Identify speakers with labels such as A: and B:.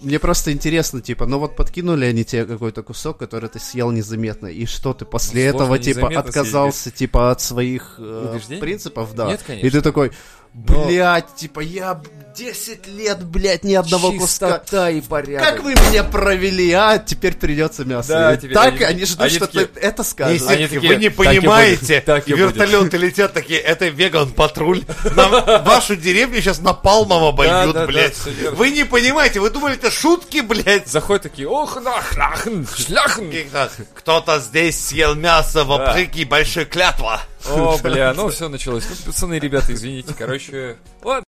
A: Мне просто интересно, типа, ну вот подкинули они тебе какой-то кусок, который ты съел незаметно, и что ты после
B: Ну, сложно
A: этого, типа,
B: незаметно
A: отказался, типа, от своих э,
B: Убеждений?
A: принципов, да.
B: Нет, конечно.
A: И ты такой,
B: Но-
A: блядь, типа, я б- 10 лет, блядь, ни одного куска.
B: Чистота и порядок.
A: Как вы меня провели, а? Теперь придется мясо.
B: Да,
A: И
B: теперь
A: так
B: они-
A: они, ждут,
B: они
A: что
B: такие-
A: ты это скажешь.
B: Они такие,
C: вы не
B: «Так и будет,
C: понимаете,
B: так и будет».
C: вертолеты летят такие, это веган-патруль. Нам вашу деревню сейчас напалмово
B: да, да,
C: бьют, блядь.
B: всё верно.
C: Вы не понимаете, вы думали, это шутки, блядь?
B: Заходят такие, ох, нах, нахн, шляхн.
C: Каких-то, Кто-то здесь съел мясо вопреки большой клятва.
B: О, бля, ну все началось. Ну, пацаны, ребята, извините, короче. Ладно.